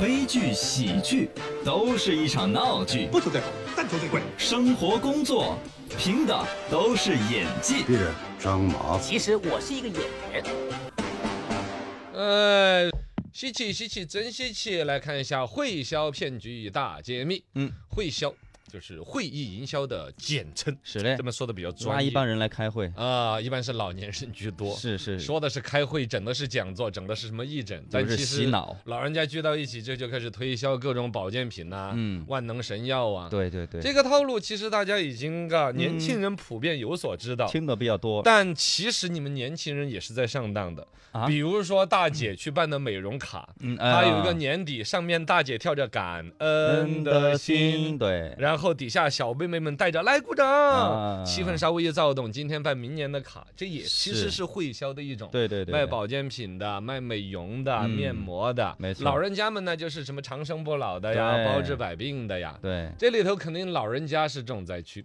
悲剧、喜剧，都是一场闹剧。不求最好，但求最贵。生活、工作，凭的都是演技。鄙人张麻子，其实我是一个演员。呃，稀奇稀奇，真稀奇！来看一下会销骗局大揭秘。嗯，会销就是会议营销的简称，是嘞这，么说的比较抓专业。一帮人来开会，啊、一般是老年人居多。是是，说的是开会，整的是讲座，整的是什么义诊，但是其洗实脑老人家聚到一起，这就开始推销各种保健品呐、嗯万能神药啊。对嗯对对，这个套路其实大家已经啊，年轻人普遍有所知道。听的比较多但其实你们年轻人也是在上当的，啊比如说大姐去办的美容卡，嗯她有一个啊年底，上面大姐跳着感恩人的嗯的心心，，对，然后底下小妹妹们带着来鼓掌，啊气氛稍微一躁动，今天办明年的卡，这也其实是是会销的一种。对对对，卖对，保健品的、卖美容的、嗯面膜的，没错老人家们呢，就是什么长生不老的呀、对包治百病的呀，对，这里头肯定老人家是重灾区。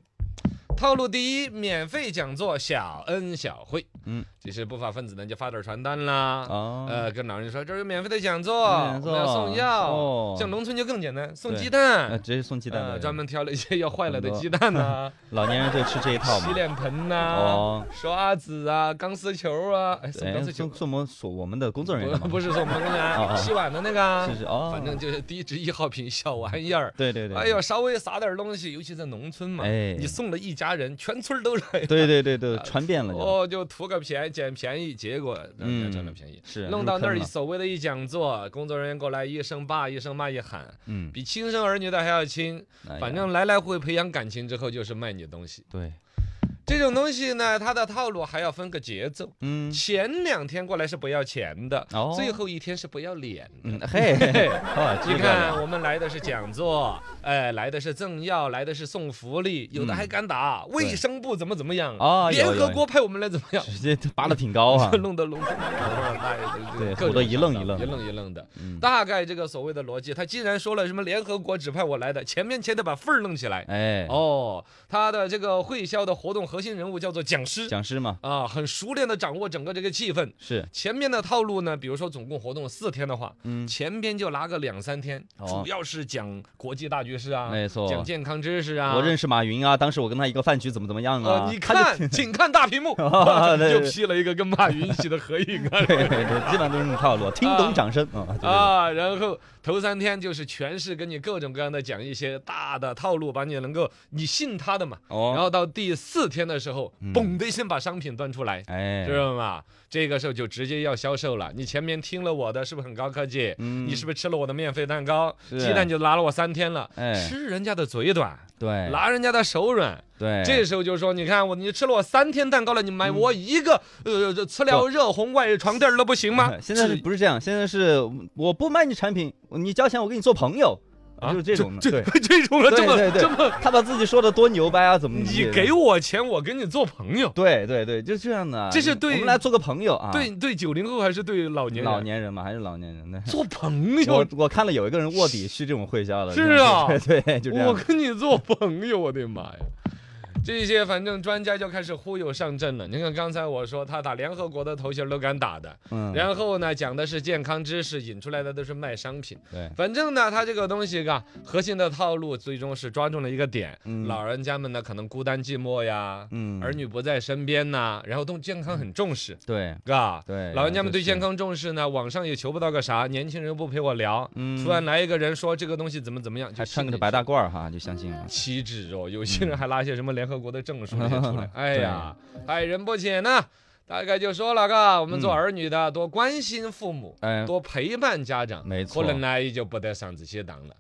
套路第一，免费讲座小恩小惠。嗯，这些不法分子呢就发点传单啦，哦呃，跟老人说这儿有免费的讲座，免费讲我们要座送药。哦像农村就更简单，送对鸡呃蛋。直接送鸡蛋呃的，专门挑了一些要坏了的很多鸡蛋呐、 老年人就吃这一套洗 嘛，脸盆呐、哦刷子啊，钢丝球啊，哎，送哎钢丝球送送我们所我们的工作人员不嘛，不是送我们工 哦人哦洗碗的那个啊，是是哦，反正就是低脂一号品小玩意儿。对对对，哎呦，稍微撒点东西，尤其在农村嘛，哎你送了一家人，全村儿都来了。对对对对，传遍了就，哦，就图个便宜，捡便宜，结果让人家占了便宜，是弄到那儿入一坑了所谓的一讲座，工作人员过来一声爸一声妈一喊，嗯，比亲生儿女的还要亲，哎呀反正来来回培养感情之后就是卖你东西。对，这种东西呢，它的套路还要分个节奏，嗯前两天过来是不要钱的，哦最后一天是不要脸的。嗯，嘿， 嘿哦，这你个看，啊我们来的是讲座，哎，来的是政要，来的是送福利，有的还敢打卫生部怎么怎么样嗯哦有联有合国派我们来怎么样？，直接拔的挺高啊 弄得龙 凤胎，对唬各得种一愣上一愣当的一愣一愣的。嗯大概这个所谓的逻辑，他既然说了什么联合国指派我来的，前面前得把份儿弄起来。哎，哦，他的这个会销的活动核心人物叫做讲师讲师嘛，啊，很熟练的掌握整个这个气氛。是，前面的套路呢，比如说总共活动四天的话，嗯，前边就拿个两三天，哦主要是讲国际大局势啊，没错讲健康知识啊。我认识识马云啊，当时我跟他一个饭局，怎么怎么样啊呃，，你他就 看，请看大屏幕，哦对就对。批了一个跟马云一起的合影啊 对对对，基本上都是这种套路，听懂掌声啊，对啊，然后头三天就是全是跟你各种各样的讲一些大的套路，把你能够你信他的嘛。然哦，嗯后到第四天的时候，嘣的一声把商品端出来，哎，知道吗？这个时候就直接要销售了。你前面听了我的，是不是很高科技？嗯你是不是吃了我的免费蛋糕？是鸡蛋就拿了我三天了。哎吃人家的嘴短，对，拿人家的手软。对，？这时候就说，你看我，你吃了我三天蛋糕了，你买我一个，呃，这吃了热红外床垫儿都不行吗 现在是嗯不是这样？现在是我不卖你产品，你交钱我跟你做朋友，啊就是这种的。对，这这种 人这么对对这么，他把自己说的多牛掰啊，怎么你地的给我钱，我跟你做朋友。对对对，就这样的。啊这是你对我们来做个朋友啊。对对，九零后还是对老年人老年人 嘛，还是老年人的。做朋 友我，我看了有一个人卧底是这种会销的，是这样啊对 对，就这我样。跟你做朋友，我的妈呀！这些反正专家就开始忽悠上阵了。你看刚才我说他打联合国的头衔都敢打的，嗯，然后呢讲的是健康知识，引出来的都是卖商品。对，反正呢，他这个东西啊，核心的套路最终是抓住了一个点。嗯老人家们呢，可能孤单寂寞呀，嗯，儿女不在身边呐、然后对健康很重视，对嘎。对，老人家们对健康康重视呢，网上也求不到个啥，年轻人又不陪我聊，嗯突然来一个人说这个东西怎么怎么样，就还穿心个这里白大就褂儿哈，就相信了。岂止哦，有些人还拿些什么联合国的证书这些嗯出来，哎呀，害人不浅呐。大概就说了嘎，我们做嗯儿女的多关心父母，哎，多陪伴家长，没可错能呢也就不得上这些当了。